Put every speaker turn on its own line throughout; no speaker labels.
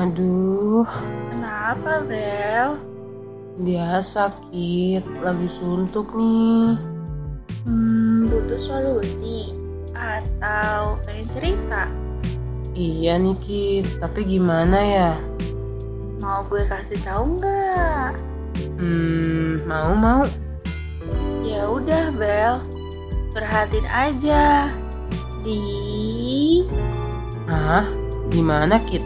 Aduh,
Kenapa, Bel?
dia sakit, lagi suntuk nih.
Hmm, butuh solusi atau pengen cerita?
Iya nih Kit, tapi gimana ya?
Mau gue kasih tahu nggak?
Hmm, mau mau.
Ya udah, Bel. Perhatiin aja di
Hah? Gimana Kit?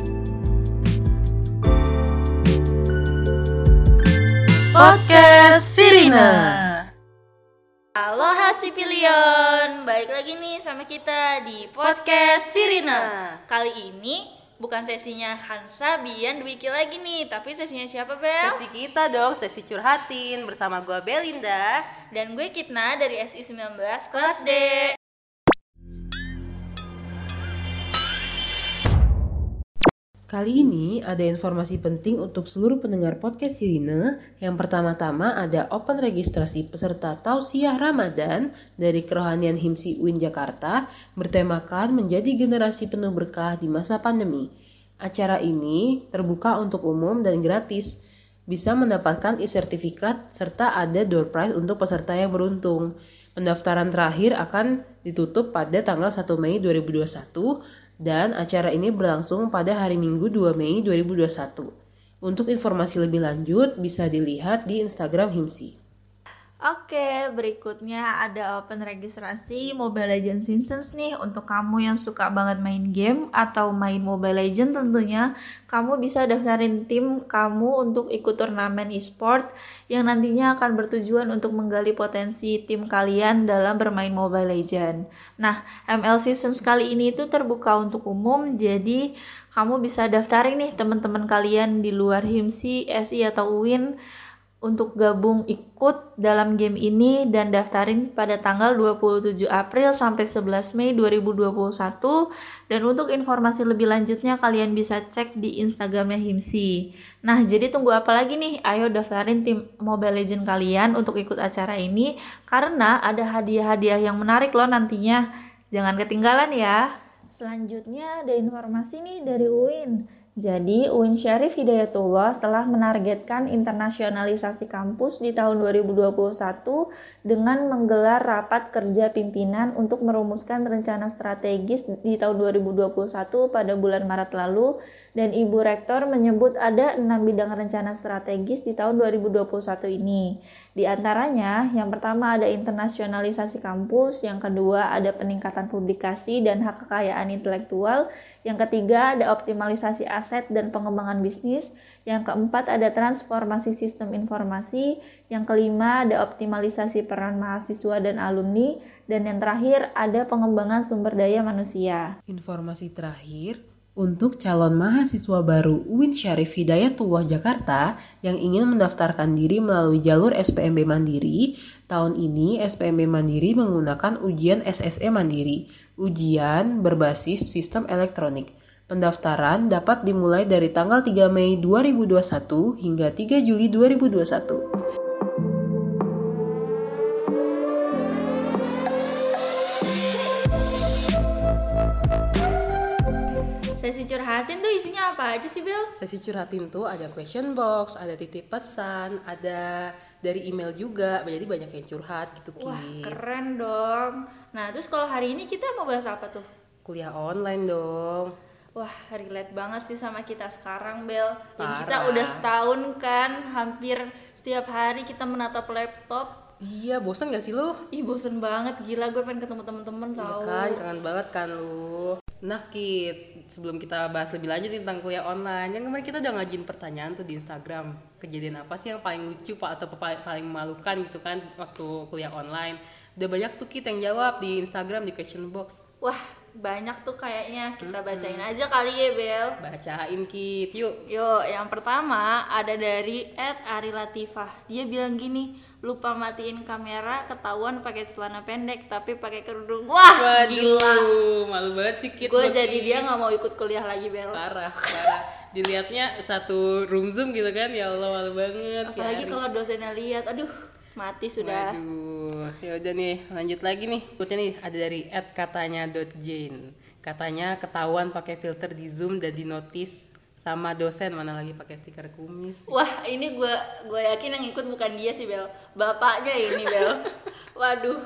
podcast
Sirina.
Nah. Aloha Sipilion, balik lagi nih sama kita di podcast Sirina. Kali ini bukan sesinya Hansa, Bian, Dwiki lagi nih, tapi sesinya siapa Bel?
Sesi kita dong, sesi curhatin bersama gua Belinda.
Dan gue Kitna dari SI 19 kelas D.
Kali ini ada informasi penting untuk seluruh pendengar podcast Sirine. Yang pertama-tama ada open registrasi peserta tausiah Ramadan dari Kerohanian Himsi UIN Jakarta bertemakan menjadi generasi penuh berkah di masa pandemi. Acara ini terbuka untuk umum dan gratis. Bisa mendapatkan e-sertifikat serta ada door prize untuk peserta yang beruntung. Pendaftaran terakhir akan ditutup pada tanggal 1 Mei 2021 dan acara ini berlangsung pada hari Minggu 2 Mei 2021. Untuk informasi lebih lanjut bisa dilihat di Instagram Himsi.
Oke, berikutnya ada open registrasi Mobile Legends Seasons nih untuk kamu yang suka banget main game atau main Mobile Legends tentunya. Kamu bisa daftarin tim kamu untuk ikut turnamen e-sport yang nantinya akan bertujuan untuk menggali potensi tim kalian dalam bermain Mobile Legends. Nah, ML Seasons kali ini itu terbuka untuk umum, jadi kamu bisa daftarin nih teman-teman kalian di luar HIMSI, SI atau UIN untuk gabung ikut dalam game ini dan daftarin pada tanggal 27 April sampai 11 Mei 2021 dan untuk informasi lebih lanjutnya kalian bisa cek di Instagramnya Himsi. Nah, jadi tunggu apa lagi nih? Ayo daftarin tim Mobile Legends kalian untuk ikut acara ini karena ada hadiah-hadiah yang menarik loh nantinya. Jangan ketinggalan ya. Selanjutnya ada informasi nih dari UIN. Jadi, UIN Syarif Hidayatullah telah menargetkan internasionalisasi kampus di tahun 2021 dengan menggelar rapat kerja pimpinan untuk merumuskan rencana strategis di tahun 2021 pada bulan Maret lalu dan Ibu Rektor menyebut ada enam bidang rencana strategis di tahun 2021 ini. Di antaranya, yang pertama ada internasionalisasi kampus, yang kedua ada peningkatan publikasi dan hak kekayaan intelektual, yang ketiga ada optimalisasi aset dan pengembangan bisnis. Yang keempat ada transformasi sistem informasi. Yang kelima ada optimalisasi peran mahasiswa dan alumni. Dan yang terakhir ada pengembangan sumber daya manusia.
Informasi terakhir untuk calon mahasiswa baru Uin Syarif Hidayatullah Jakarta yang ingin mendaftarkan diri melalui jalur SPMB Mandiri, tahun ini SPMB Mandiri menggunakan ujian SSE Mandiri, ujian berbasis sistem elektronik. Pendaftaran dapat dimulai dari tanggal 3 Mei 2021 hingga 3 Juli 2021.
Sesi curhatin tuh isinya apa aja sih, Bel?
Sesi curhatin tuh ada question box, ada titip pesan, ada dari email juga. Jadi banyak yang curhat gitu Ki.
Wah, keren dong. Nah, terus kalau hari ini kita mau bahas apa tuh?
Kuliah online dong.
Wah, relate banget sih sama kita sekarang, Bel. Yang
Parah.
kita udah setahun kan, hampir setiap hari kita menatap laptop.
Iya, bosan gak sih lu?
Ih, bosen banget. Gila, gue pengen ketemu temen-temen
Iya
tau.
kan, kangen banget kan lu. Nah, Kit, sebelum kita bahas lebih lanjut tentang kuliah online, yang kemarin kita udah ngajin pertanyaan tuh di Instagram. Kejadian apa sih yang paling lucu Pak atau pa- paling memalukan gitu kan waktu kuliah online? Udah banyak tuh Kit yang jawab di Instagram di question box.
Wah, banyak tuh kayaknya. Kita bacain aja kali ya, Bel.
Bacain Kit, yuk.
Yuk, yang pertama ada dari Ed Arilatifah. Dia bilang gini, lupa matiin kamera, ketahuan pakai celana pendek tapi pakai kerudung. Wah,
Waduh,
gila.
malu banget sih Kit.
Gue
lu,
jadi
Kit.
dia nggak mau ikut kuliah lagi, Bel.
parah, parah. Dilihatnya satu room zoom gitu kan, ya Allah malu banget. si
Apalagi
Ari.
kalau dosennya lihat, aduh, mati sudah.
Waduh, ya udah nih, lanjut lagi nih. Berikutnya nih ada dari @katanya.jane. Katanya ketahuan pakai filter di Zoom dan di notice sama dosen mana lagi pakai stiker kumis
Wah, ini gue gue yakin yang ikut bukan dia sih Bel, bapaknya ini Bel. Waduh,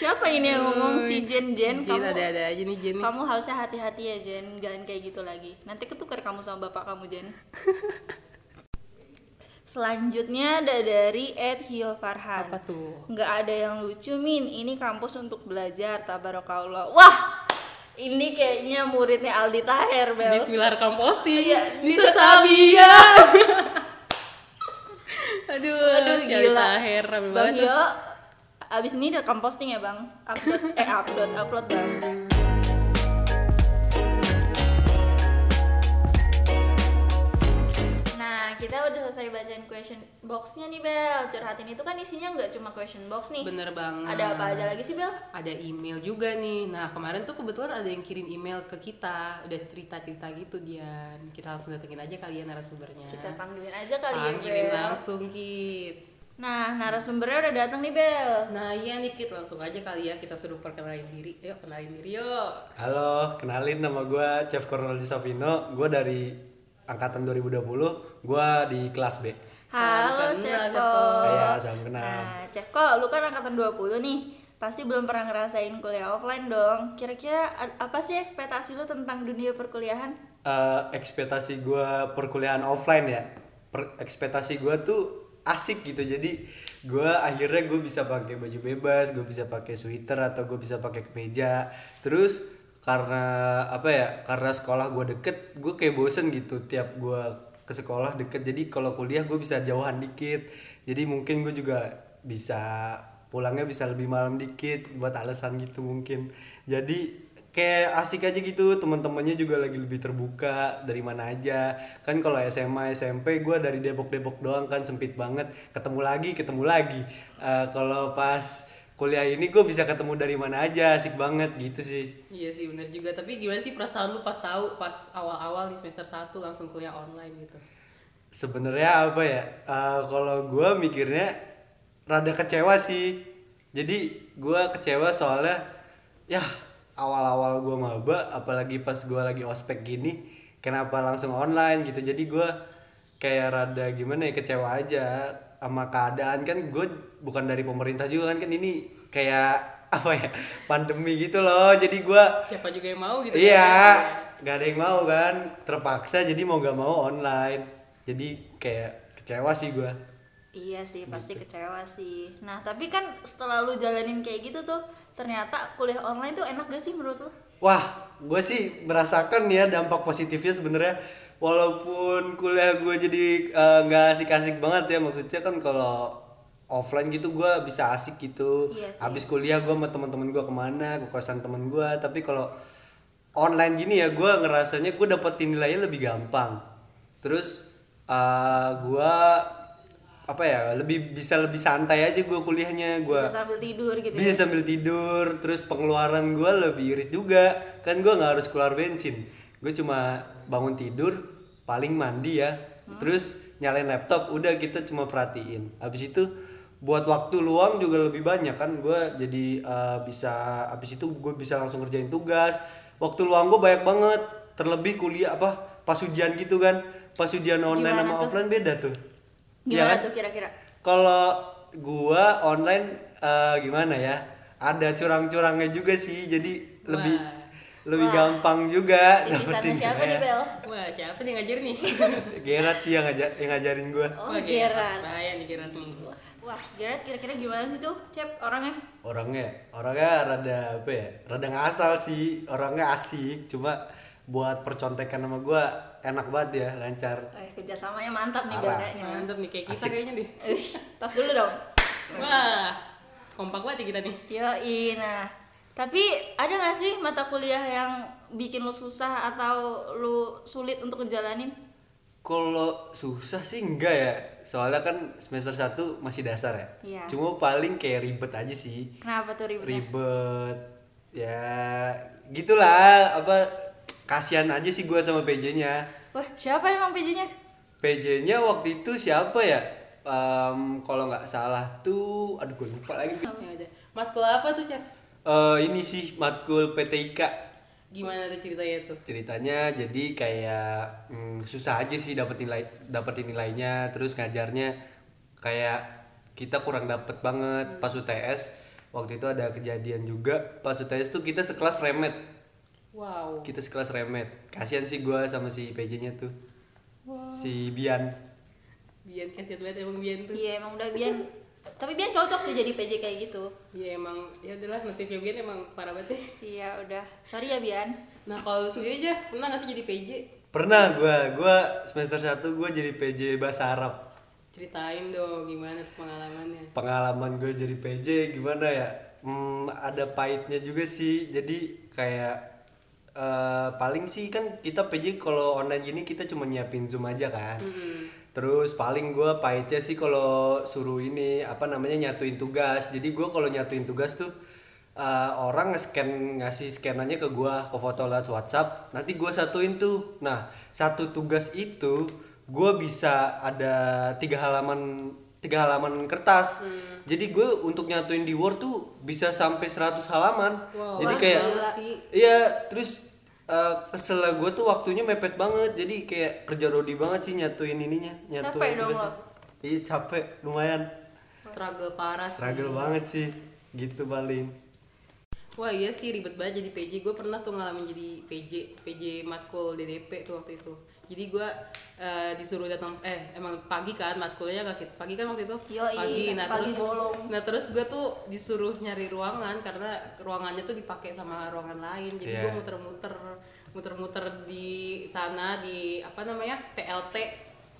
siapa ini yang ngomong si Jen Jen?
Jin
kamu
ada ada aja nih Jin nih.
kamu harusnya hati-hati ya Jen, jangan kayak gitu lagi. Nanti ketukar kamu sama bapak kamu Jen. Selanjutnya ada dari Ed Hio Farhan.
apa tuh
Nggak ada yang lucu Min, ini kampus untuk belajar tabarokallah. Wah, ini kayaknya muridnya Aldi Taher Bel.
Bismillahirrahmanirrahim posting
Iya,
Nisa Sabia aduh
Aduh
si Alita
gila.
Aher, rame
Bang
banget
Hio, abis ini rekam posting ya bang. Upload, eh upload, upload bang. Nah kita udah selesai bacain question boxnya nih Bel. Curhatin itu kan isinya nggak cuma question box nih.
bener banget
Ada apa aja lagi sih Bel?
ada email juga nih nah kemarin tuh kebetulan ada yang kirim email ke kita udah cerita cerita gitu Dian kita langsung datengin aja kalian narasumbernya
Kita panggilin aja kali
panggilin
ya Bel.
langsung kit
Nah narasumbernya udah datang nih Bel.
nah iya nih Kit, langsung aja kali ya kita suruh perkenalin diri yuk kenalin diri yuk
Halo, kenalin nama gue Chef Cornel Sovino. Gue dari angkatan 2020. Gue di kelas B.
Halo
kenal,
Ceko.
Iya, salam kenal.
Nah, Ceko, lu kan angkatan 20 nih. Pasti belum pernah ngerasain kuliah offline dong. Kira-kira a- apa sih ekspektasi lu tentang dunia perkuliahan?
Eh, ekspektasi gue perkuliahan offline ya. Per- ekspektasi gue tuh asik gitu. Jadi gue akhirnya gue bisa pakai baju bebas, gue bisa pakai sweater atau gue bisa pakai kemeja. Terus karena apa ya? Karena sekolah gue deket, gue kayak bosen gitu tiap gue ke sekolah deket. Jadi kalau kuliah gue bisa jauhan dikit. Jadi mungkin gue juga bisa pulangnya bisa lebih malam dikit buat alasan gitu mungkin. Jadi kayak asik aja gitu teman-temannya juga lagi lebih terbuka dari mana aja kan kalau SMA SMP gue dari Depok Depok doang kan sempit banget ketemu lagi ketemu lagi Eh, kalau pas kuliah ini gue bisa ketemu dari mana aja asik banget gitu sih
Iya sih bener juga, tapi gimana sih perasaan lu pas tahu pas awal-awal di semester 1 langsung kuliah online gitu?
sebenarnya apa ya Eh, kalau gue mikirnya rada kecewa sih jadi gue kecewa soalnya ya awal-awal gue maba apalagi pas gue lagi ospek gini kenapa langsung online gitu jadi gue kayak rada gimana ya kecewa aja sama keadaan kan gue bukan dari pemerintah juga kan kan ini kayak apa ya pandemi gitu loh jadi gue
Siapa juga yang mau gitu?
iya
kan?
nggak ada yang mau kan terpaksa jadi mau nggak mau online jadi kayak kecewa sih gua
Iya sih, pasti
Gitu.
kecewa sih. Nah, tapi kan setelah lu jalanin kayak gitu tuh, ternyata kuliah online tuh enak gak sih menurut lu?
wah gue sih merasakan ya dampak positifnya sebenarnya walaupun kuliah gue jadi eh, nggak asik-asik banget ya maksudnya kan kalau offline gitu gua bisa asik gitu
Iya sih.
habis kuliah gua sama teman-teman gua kemana ke kosan teman gua tapi kalau online gini ya gua ngerasanya gue dapetin nilainya lebih gampang terus eh, gua apa ya lebih bisa lebih santai aja gua kuliahnya gua
Bisa sambil tidur gitu. ya.
bisa sambil tidur terus pengeluaran gue lebih irit juga kan gue nggak harus keluar bensin gue cuma bangun tidur paling mandi ya
Hmm.
terus nyalain laptop udah kita cuma perhatiin habis itu buat waktu luang juga lebih banyak kan gue jadi eh, bisa habis itu gue bisa langsung ngerjain tugas waktu luang gue banyak banget terlebih kuliah apa pas ujian gitu kan pas ujian online
Gimana
sama
tuh?
offline beda tuh Iya
Gimana
kan?
tuh kira-kira?
kalau gua online eh, gimana ya ada curang-curangnya juga sih jadi lebih lebih gampang juga
Tipisannya
dapetin
siapa nih, Bel?
Wah siapa nih yang ngajarin nih?
Gerard sih yang, ngaja- yang ngajarin gua
Oh,
Wah,
Gerard.
Bahaya nih Gerard nih.
Wah, Gerard kira-kira gimana sih tuh, Cep, orangnya?
orangnya orangnya rada apa ya rada ngasal sih orangnya asik cuma buat percontekan sama gua enak banget ya lancar
Eh, kerjasamanya mantap nih, Bel,
Parah.
kayaknya.
Mantep nih kayak kita kayaknya deh.
Eh, tos dulu dong.
Wah kompak banget ya kita nih.
Yoi, nah. Tapi ada nggak sih mata kuliah yang bikin lu susah atau lu sulit untuk ngejalanin?
Kalau susah sih enggak ya. Soalnya kan semester 1 masih dasar ya.
Iya.
Cuma paling kayak ribet aja sih.
Kenapa tuh ribetnya?
Ribet. Ya, gitulah apa kasihan aja sih gua sama PJ-nya.
Wah, siapa yang emang PJ-nya?
PJ-nya waktu itu siapa ya? Em, kalau nggak salah tuh aduh gue lupa lagi.
Ya udah. Matkul apa tuh Chef?
Eh, ini sih matkul PTIK.
Gimana tuh ceritanya tuh?
ceritanya jadi kayak mm, susah aja sih dapetin nilai dapetin nilainya terus ngajarnya kayak kita kurang dapet banget pas UTS waktu itu ada kejadian juga pas UTS tuh kita sekelas remet
Wow.
kita sekelas remet kasihan sih gua sama si PJ-nya tuh si Bian
Bian kasihan banget emang Bian tuh.
Iya emang udah Bian Tapi Bian cocok sih jadi PJ kayak gitu
Iya emang ya udahlah nasibnya Bian emang parah banget ya.
Iya udah Sorry ya Bian
Nah kalau lu sendiri aja pernah gak sih jadi PJ?
pernah gua gua semester 1 gua jadi PJ bahasa Arab
Ceritain dong gimana tuh pengalamannya.
pengalaman gue jadi PJ gimana ya Hmm, ada pahitnya juga sih jadi kayak eh, paling sih kan kita PJ kalau online gini kita cuma nyiapin zoom aja kan terus paling gue pahitnya sih kalau suruh ini apa namanya nyatuin tugas jadi gue kalau nyatuin tugas tuh eh, orang nge-scan ngasih scanannya ke gue ke foto lewat WhatsApp nanti gue satuin tuh nah satu tugas itu gue bisa ada tiga halaman tiga halaman kertas
Hmm.
jadi gue untuk nyatuin di Word tuh bisa sampai 100 halaman jadi kayak
sih.
iya terus eh, kesel gue tuh waktunya mepet banget jadi kayak kerja rodi banget sih nyatuin ininya nyatuin
Capek dong
tugasnya.
lo.
iya capek lumayan
Struggle parah sih.
struggle banget sih gitu paling
Wah iya sih ribet banget jadi PJ Gue pernah tuh ngalamin jadi PJ PJ matkul DDP tuh waktu itu Jadi gue eh, disuruh datang Eh emang pagi kan matkulnya gak kita Pagi kan waktu itu
Yoi,
Pagi nah
pagi
terus
bolong.
Nah terus gue tuh disuruh nyari ruangan Karena ruangannya tuh dipakai sama ruangan lain Jadi
Iya.
gue muter-muter Muter-muter di sana Di apa namanya PLT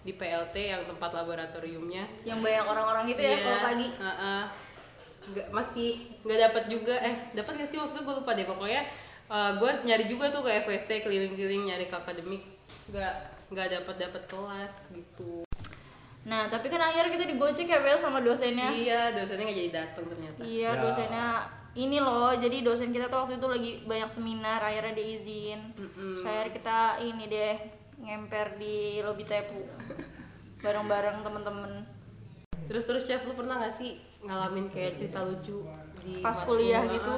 Di PLT yang tempat laboratoriumnya
Yang banyak orang-orang gitu ya
Iya,
kalau pagi
heeh. Nggak- masih nggak dapat juga eh dapat nggak sih waktu itu gue lupa deh pokoknya gue nyari juga tuh ke FST keliling-keliling nyari ke akademik nggak nggak dapat dapat kelas gitu
Nah tapi kan akhirnya kita digocek ya Bel sama dosennya
iya dosennya nggak jadi datang ternyata
Iya
Ya.
dosennya ini loh jadi dosen kita tuh waktu itu lagi banyak seminar akhirnya dia izin saya kita ini deh ngemper di lobi tepu bareng-bareng temen-temen
terus terus chef lu pernah nggak sih ngalamin kayak cerita lucu di
Pas
matkul?
kuliah
Ah,
gitu.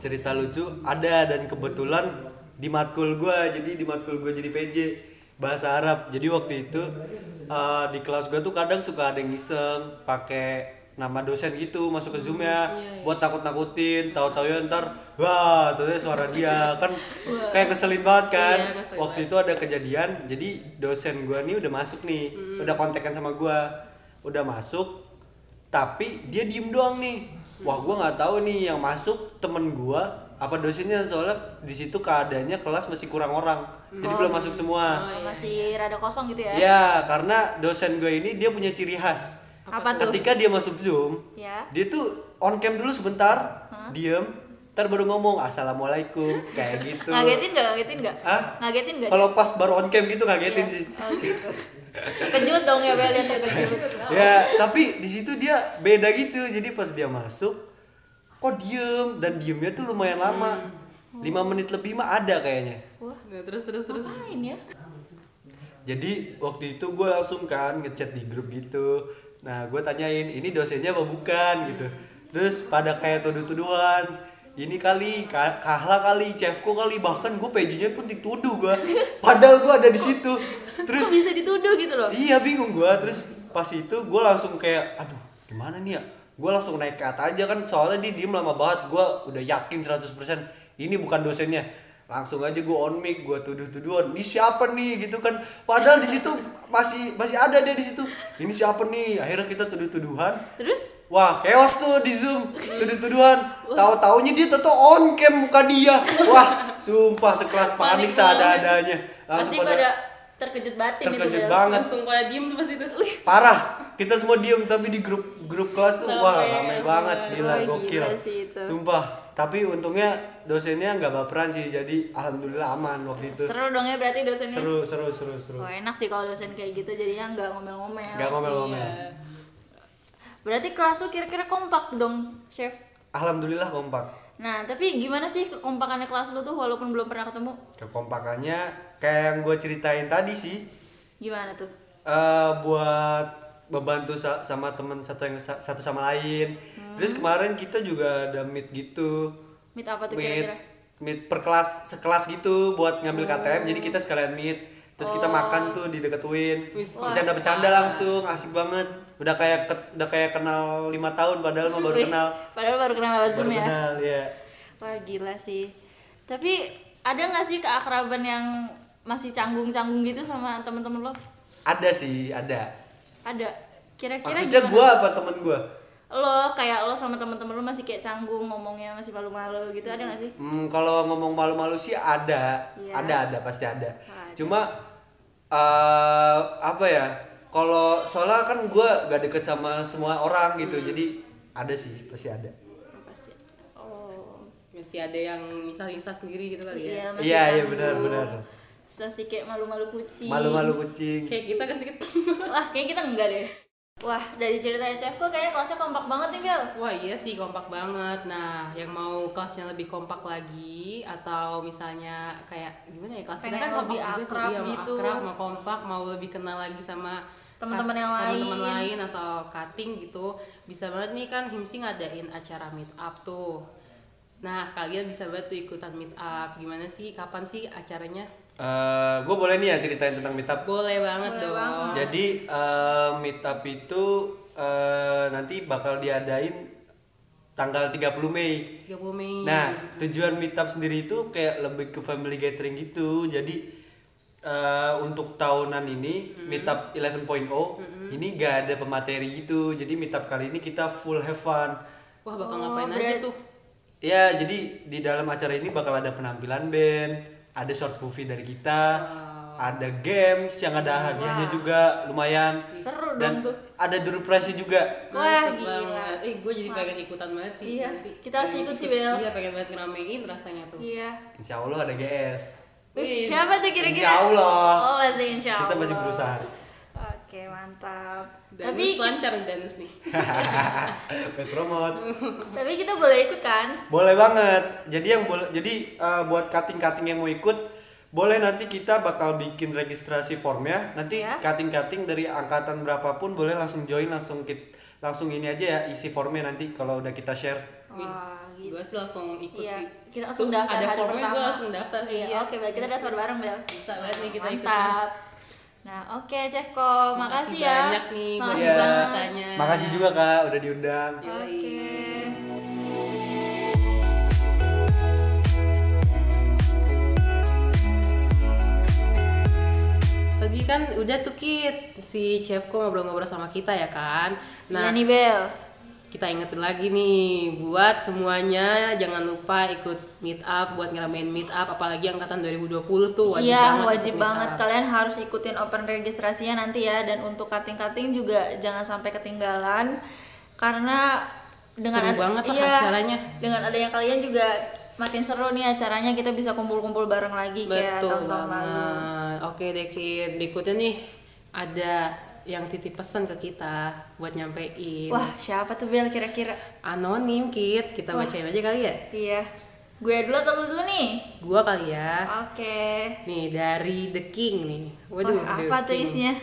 cerita lucu ada dan kebetulan di matkul gua jadi di matkul gua jadi PJ bahasa Arab jadi waktu itu eh, di kelas gua tuh kadang suka ada yang ngiseng pakai nama dosen gitu masuk ke zoom ya
Hmm, iya,
buat takut takutin tahu-tahu ya ntar wah tuh ya suara dia kan kayak keselin banget kan
Iya, ngeselin
waktu itu ada kejadian jadi dosen gua nih udah masuk nih
Hmm.
udah kontekan sama gua udah masuk tapi dia diem doang nih wah gua nggak tahu nih yang masuk temen gua apa dosennya soalnya di situ keadaannya kelas masih kurang orang jadi belum masuk
Oh,
semua
masih rada kosong gitu ya
ya karena dosen gue ini dia punya ciri khas
apa tuh
ketika dia masuk zoom
ya
dia tuh on cam dulu sebentar diem ntar baru ngomong assalamualaikum kayak gitu
ngagetin nggak ngagetin nggak
Hah?
ngagetin nggak
kalau pas baru on cam gitu ngagetin sih
oh gitu kejut dong ya Bel ya terkejut
ya tapi di situ dia beda gitu jadi pas dia masuk kok diem dan diemnya tuh lumayan lama lima menit lebih mah ada kayaknya
nah, terus terus terus
ngapain ya
jadi waktu itu gue langsung kan ngechat di grup gitu nah gue tanyain ini dosennya apa bukan gitu terus pada kayak tuduh-tuduhan ini kali Ka- kahla kali cefko kali bahkan gue PJ-nya pun dituduh gue padahal gue ada di situ terus
kok bisa dituduh gitu loh
Iya bingung gua terus pas itu gua langsung kayak aduh gimana nih ya Gua langsung naik ke atas aja kan soalnya dia diem lama banget Gua udah yakin 100% ini bukan dosennya langsung aja gua on mic gua tuduh-tuduhan ini siapa nih gitu kan padahal di situ masih masih ada dia di situ ini siapa nih akhirnya kita tuduh-tuduhan
Oh, terus
Wah, chaos tuh di Zoom, tuduh-tuduhan. Tahu-taunya dia tuh on cam muka dia. Wah, sumpah sekelas panik
Panik
seada-adanya.
pasti
Langsung
pada
pada
terkejut batin gitu ya? itu
terkejut
Bel.
banget
langsung pada diem tuh pas itu
parah kita semua diem tapi di grup grup kelas tuh wah ramai banget gila
Wah,
gokil
gila sih itu.
sumpah tapi untungnya dosennya nggak baperan sih jadi alhamdulillah aman waktu itu
seru dong ya berarti dosennya
seru seru seru seru
Wah iya. enak sih kalau dosen kayak gitu jadinya nggak ngomel-ngomel.
nggak ngomel-ngomel
Berarti kelas lu kira-kira kompak dong, chef.
alhamdulillah kompak
Nah tapi gimana sih kekompakannya kelas lu tuh walaupun belum pernah ketemu?
kekompakannya kayak yang gue ceritain tadi sih
Gimana tuh?
eh buat membantu sa- sama teman satu yang sa- satu
Hmm.
sama lain terus kemarin kita juga ada meet gitu
Meet apa tuh
Meet
kira-kira? Oh.
meet per kelas sekelas gitu buat ngambil KTM jadi kita sekalian meet terus kita makan tuh di deket Win
Wis,
bercanda-bercanda langsung asik banget udah kayak ke- udah kayak kenal lima tahun padahal mah baru kenal
Padahal baru kenal lewat
baru
Zoom ya.
kenal ya
Wah gila sih. Tapi ada nggak sih keakraban yang masih canggung-canggung gitu sama temen-temen lo?
ada sih ada
Ada. Kira-kira
maksudnya
gimana?
gua apa temen gua
Lo kayak lo sama temen-temen lo masih kayak canggung ngomongnya masih malu-malu gitu ada nggak sih?
Hmm, kalau ngomong malu-malu sih ada,
Iya.
ada ada pasti ada.
Ada.
Cuma eh apa ya? Kalau soalnya kan gue gak deket sama semua orang gitu,
Hmm.
jadi ada sih pasti ada.
Pasti. Oh.
mesti ada yang misah-misah sendiri gitu kali ya
Iya, masih
Iya iya
canggung.
benar-benar.
Terus masih kayak malu-malu kucing.
Malu-malu kucing.
kayak kita kasih kita
Lah kayak kita enggak deh. Wah, dari cerita Ecef kok kayaknya kelasnya kompak banget nih, Bel.
Wah iya sih kompak banget. Nah yang mau kelasnya lebih kompak lagi atau misalnya kayak gimana ya kelas kita
Pengen
kan kompak
lebih
juga tuh,
akrab
iya, mau
gitu.
akrab, mau kompak, mau lebih kenal lagi sama
Teman-teman
kat-
yang
teman-teman
lain.
lain atau cutting gitu. Bisa banget nih kan Himsi ngadain acara meet up tuh. Nah kalian bisa banget tuh ikutan meet up. Gimana sih? Kapan sih acaranya?
gue boleh nih ya ceritain tentang meetup.
Boleh banget dong.
Jadi eh, meetup itu eh, nanti bakal diadain tanggal 30 Mei.
30 Mei.
Nah, tujuan meetup sendiri itu kayak lebih ke family gathering gitu. Jadi eh, untuk tahunan ini meetup 11.0 ini gak ada pemateri gitu. Jadi meetup kali ini kita full have fun.
Wah bakal
Oh,
ngapain aja tuh?
Ya, jadi di dalam acara ini bakal ada penampilan band, ada short movie dari kita, ada games yang ada hadiahnya juga lumayan.
Seru
Dan
dong tuh.
ada door prize juga.
Wah,
Mantep
gila.
banget. Eh, gue jadi pengen ikutan banget sih.
Iya,
nanti.
kita harus
Pengen
ikut sih, Bel.
Iya, pengen banget ngeramein rasanya tuh.
Iya.
Insya Allah ada GS.
Wih, siapa tuh kira-kira?
Insya Allah.
Oh, pasti insya Allah.
Kita masih berusaha.
Oke, mantap.
Danus
tapi
lancar nih danus nih.
Petromot.
tapi kita boleh ikut kan?
Boleh banget. Jadi yang boleh jadi eh, buat cutting-cutting yang mau ikut boleh nanti kita bakal bikin registrasi formnya. Nanti
Ya.
cutting-cutting dari angkatan berapapun boleh langsung join langsung kit langsung ini aja ya isi formnya nanti kalau udah kita share.
Wis, gue sih langsung ikut
gitu. Iya.
sih.
Kita langsung
Tuh,
daftar
Ada
hari
formnya gue
pertama.
langsung daftar sih.
Iya,
iya.
oke, baik. Kita daftar bareng, Bel.
Bisa banget nih kita ikut.
Mantap. Nah, oke, Cefko. Makasih, ya.
banyak nih buat
Makasih
Iya.
banget.
ceritanya.
Makasih juga Kak udah diundang.
Oke.
Yoi. Tadi kan udah tuh Kit, si Chefko ngobrol-ngobrol sama kita ya kan.
Iya nih, Bel.
kita ingetin lagi nih buat semuanya jangan lupa ikut meet up buat ngeramein meet up apalagi angkatan 2020 tuh wajib
Iya,
banget gitu ya.
wajib
ikut meet
banget.
up.
Kalian harus ikutin open registrasinya nanti ya. Dan untuk cutting-cutting juga jangan sampai ketinggalan. Karena dengan
Seru
ad-
banget lah
iya,
acaranya.
Dengan adanya kalian juga makin seru nih acaranya. Kita bisa kumpul-kumpul bareng lagi kayak
betul
Iya, tahun-tahun lalu.
banget oke deh Kit berikutnya nih ada yang titip pesan ke kita buat nyampein
Wah, siapa tuh Bel kira-kira?
anonim Kit kita bacain aja kali ya
Iya. Gue dulu atau lu dulu nih?
gua kali ya
Oke.
nih dari The King nih
Wah,
waduh The
apa tuh
King.
isinya?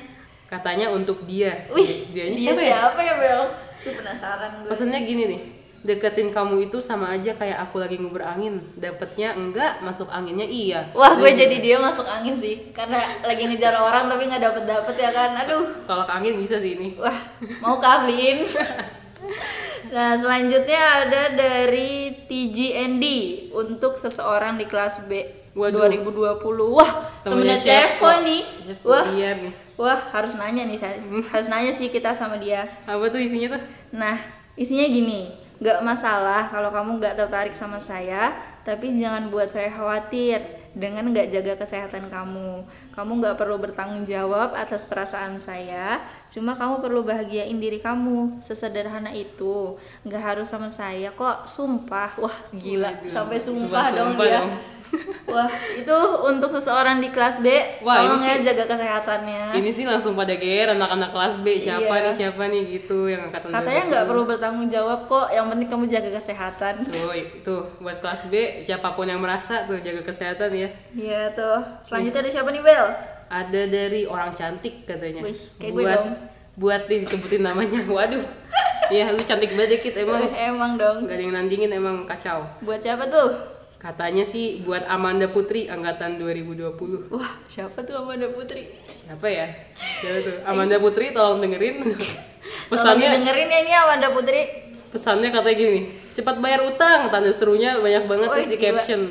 katanya untuk dia
Wih,
Dianya
dia
siapa ya?
siapa ya, Bel? Gue penasaran gue.
Pesannya gini nih, deketin kamu itu sama aja kayak aku lagi ngubur angin. Dapatnya enggak, masuk anginnya iya.
Wah, gue jadi dia masuk angin sih. Karena lagi ngejar orang tapi nggak dapet-dapet ya kan. Aduh.
Kalau ke angin bisa sih ini.
Wah, mau kablin. nah, selanjutnya ada dari TGND untuk seseorang di kelas B
Waduh.
2020. Wah, temennya Ceko nih.
Wah.
Wah.
Iya nih.
Wah, harus nanya nih, saya. harus nanya sih kita sama dia.
Apa tuh isinya tuh?
Nah, isinya gini, nggak masalah kalau kamu nggak tertarik sama saya, tapi jangan buat saya khawatir dengan nggak jaga kesehatan kamu. Kamu nggak perlu bertanggung jawab atas perasaan saya, cuma kamu perlu bahagiain diri kamu. Sesederhana itu, nggak harus sama saya kok, sumpah. Wah, gila, sampai sumpah, dong
sumpah
dia.
dong.
Wah, itu untuk seseorang di kelas B,
Wah, ini
tolong ya
sih-
jaga kesehatannya.
Ini sih langsung pada GR anak-anak kelas B. Siapa
Iya.
nih, siapa nih gitu yang angkatan
Katanya nggak
2020.
perlu bertanggung jawab kok, yang penting kamu jaga kesehatan.
Tuh, tuh buat kelas B siapapun yang merasa tuh jaga kesehatan ya.
Iya tuh. Selanjutnya ada siapa nih Bel?
Ada dari orang cantik katanya.
Wih, kayak gue
buat
dong.
buat nih disebutin namanya. Waduh. Ya, lu cantik banget ya, Kit. Emang
Emang dong.
nggak ada yang nandingin emang kacau.
Buat siapa tuh?
Katanya sih buat Amanda Putri angkatan 2020.
Wah, siapa tuh Amanda Putri?
Siapa ya? Siapa tuh? Amanda Putri tolong dengerin. pesannya
Tolong dengerin ya ini Amanda Putri.
pesannya katanya gini cepat bayar utang tanda serunya banyak banget
Wih,
terus di
Oh, iya, gila.
caption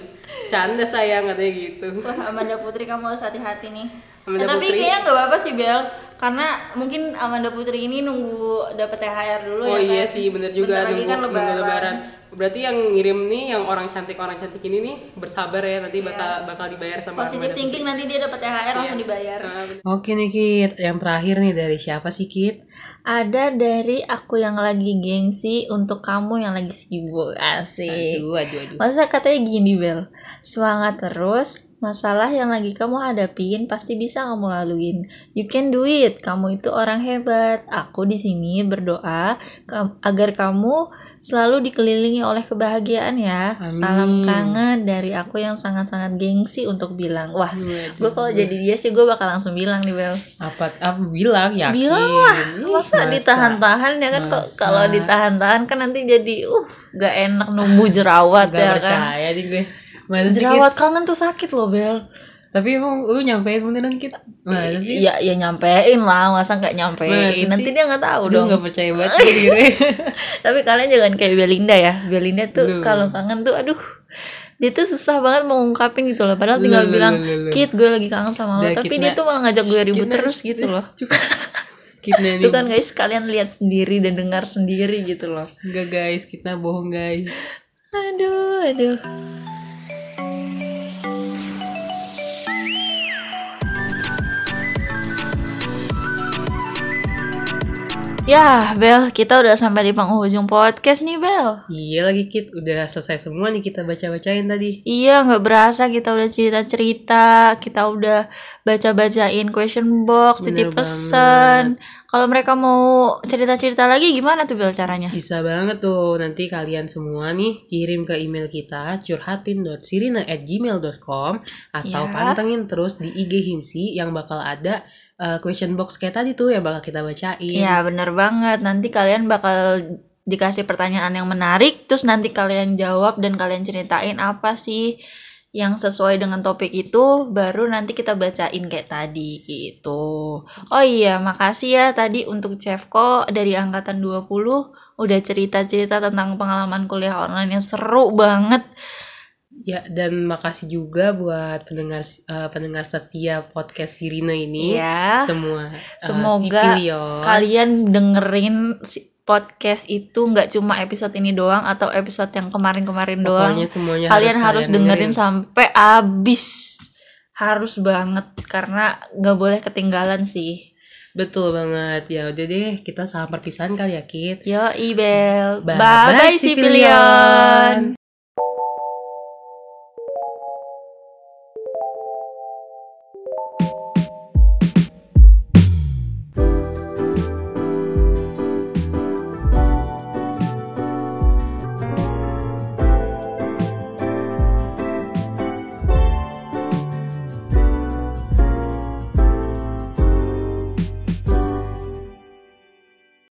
canda sayang katanya gitu
Wah, Amanda Putri kamu harus hati-hati nih.
Amanda
Ya, tapi
Putri.
kayaknya nggak apa-apa sih Bel, karena mungkin Amanda Putri ini nunggu dapet THR dulu
oh
ya.
iya
kan?
sih bener juga
Bentar lagi
nunggu,
kan
nunggu
lebaran.
lebaran berarti yang ngirim nih yang orang cantik orang cantik ini nih bersabar ya nanti bakal bakal dibayar sama
Iya. Positif
Amanda
thinking nanti dia dapet THR langsung dibayar.
Putri. Ah, bener.
Oke nih Kit, yang terakhir nih dari siapa sih Kit?
Ada dari aku yang lagi gengsi untuk kamu yang lagi sibuk asik.
Aduh, aduh, aduh.
Masa katanya gini Bel, semangat terus, masalah yang lagi kamu hadapin pasti bisa kamu laluin. You can do it, kamu itu orang hebat. Aku di sini berdoa kam- agar kamu selalu dikelilingi oleh kebahagiaan ya.
Amin.
Salam kangen dari aku yang sangat-sangat gengsi untuk bilang. Wah,
Waduh.
gue kalau jadi dia sih gue bakal langsung bilang nih Bel.
Apa, apa bilang yakin?
Bilang
Ih,
masa ditahan-tahan ya kan kok
Masa?
kalau ditahan-tahan kan nanti jadi uh gak enak numbu jerawat
Gak
ya kan
percaya nih gue. Masa sih, gitu? Kit?
jerawat kangen tuh sakit loh bel
Tapi emang lu nyampein beneran Kit?
Iya.
Masa sih?
ya ya nyampein lah masa nggak
Masa
nyampein
sih?
nanti dia nggak tahu
Udah
dong
gak percaya banget gue diri.
tapi kalian jangan kayak Belinda ya Belinda
Loh.
tuh kalau kangen tuh aduh dia tuh susah banget mengungkapin gitu loh padahal
Loh,
tinggal
loh,
bilang
loh, loh, loh.
Kit gue lagi kangen sama lo
Udah,
tapi
Kit,
dia
Nak.
tuh malah ngajak gue ribut
Kit,
terus
Nak.
gitu loh
Cukup. Kitna nih.
itu kan guys kalian lihat sendiri dan dengar sendiri gitu loh
Enggak guys, kita bohong guys.
aduh aduh Ya, Bel, kita udah sampai di penghujung podcast nih, Bel.
Iya lagi Kit, udah selesai semua nih kita baca-bacain tadi.
Iya, nggak berasa kita udah cerita-cerita, kita udah baca-bacain question box,
Bener
titip pesan. Kalau mereka mau cerita-cerita lagi, gimana tuh Bel caranya?
Bisa banget tuh, nanti kalian semua nih kirim ke email kita curhatin.sirina@gmail.com atau
Ya.
pantengin terus di IG Himsi yang bakal ada uh, question box kayak tadi tuh yang bakal kita bacain.
Iya, bener banget. Nanti kalian bakal dikasih pertanyaan yang menarik, terus nanti kalian jawab dan kalian ceritain apa sih yang sesuai dengan topik itu, baru nanti kita bacain kayak tadi gitu. Oh iya, makasih ya tadi untuk Chefko dari angkatan 20 udah cerita-cerita tentang pengalaman kuliah online yang seru banget.
Ya, dan makasih juga buat pendengar eh, pendengar setia podcast Sirina ini.
Iya.
Semua eh,
Semoga
Sipilion.
Kalian dengerin si- podcast itu nggak cuma episode ini doang atau episode yang kemarin-kemarin doang.
Pokoknya semuanya
kalian Iya, harus dengerin
dengerin.
sampai abis harus banget karena nggak boleh ketinggalan sih
Betul banget. Ya udah deh, kita salam perpisahan kali ya, Kit.
yo ibel bye
Bye-bye, ya.
bye,
si
si pilihan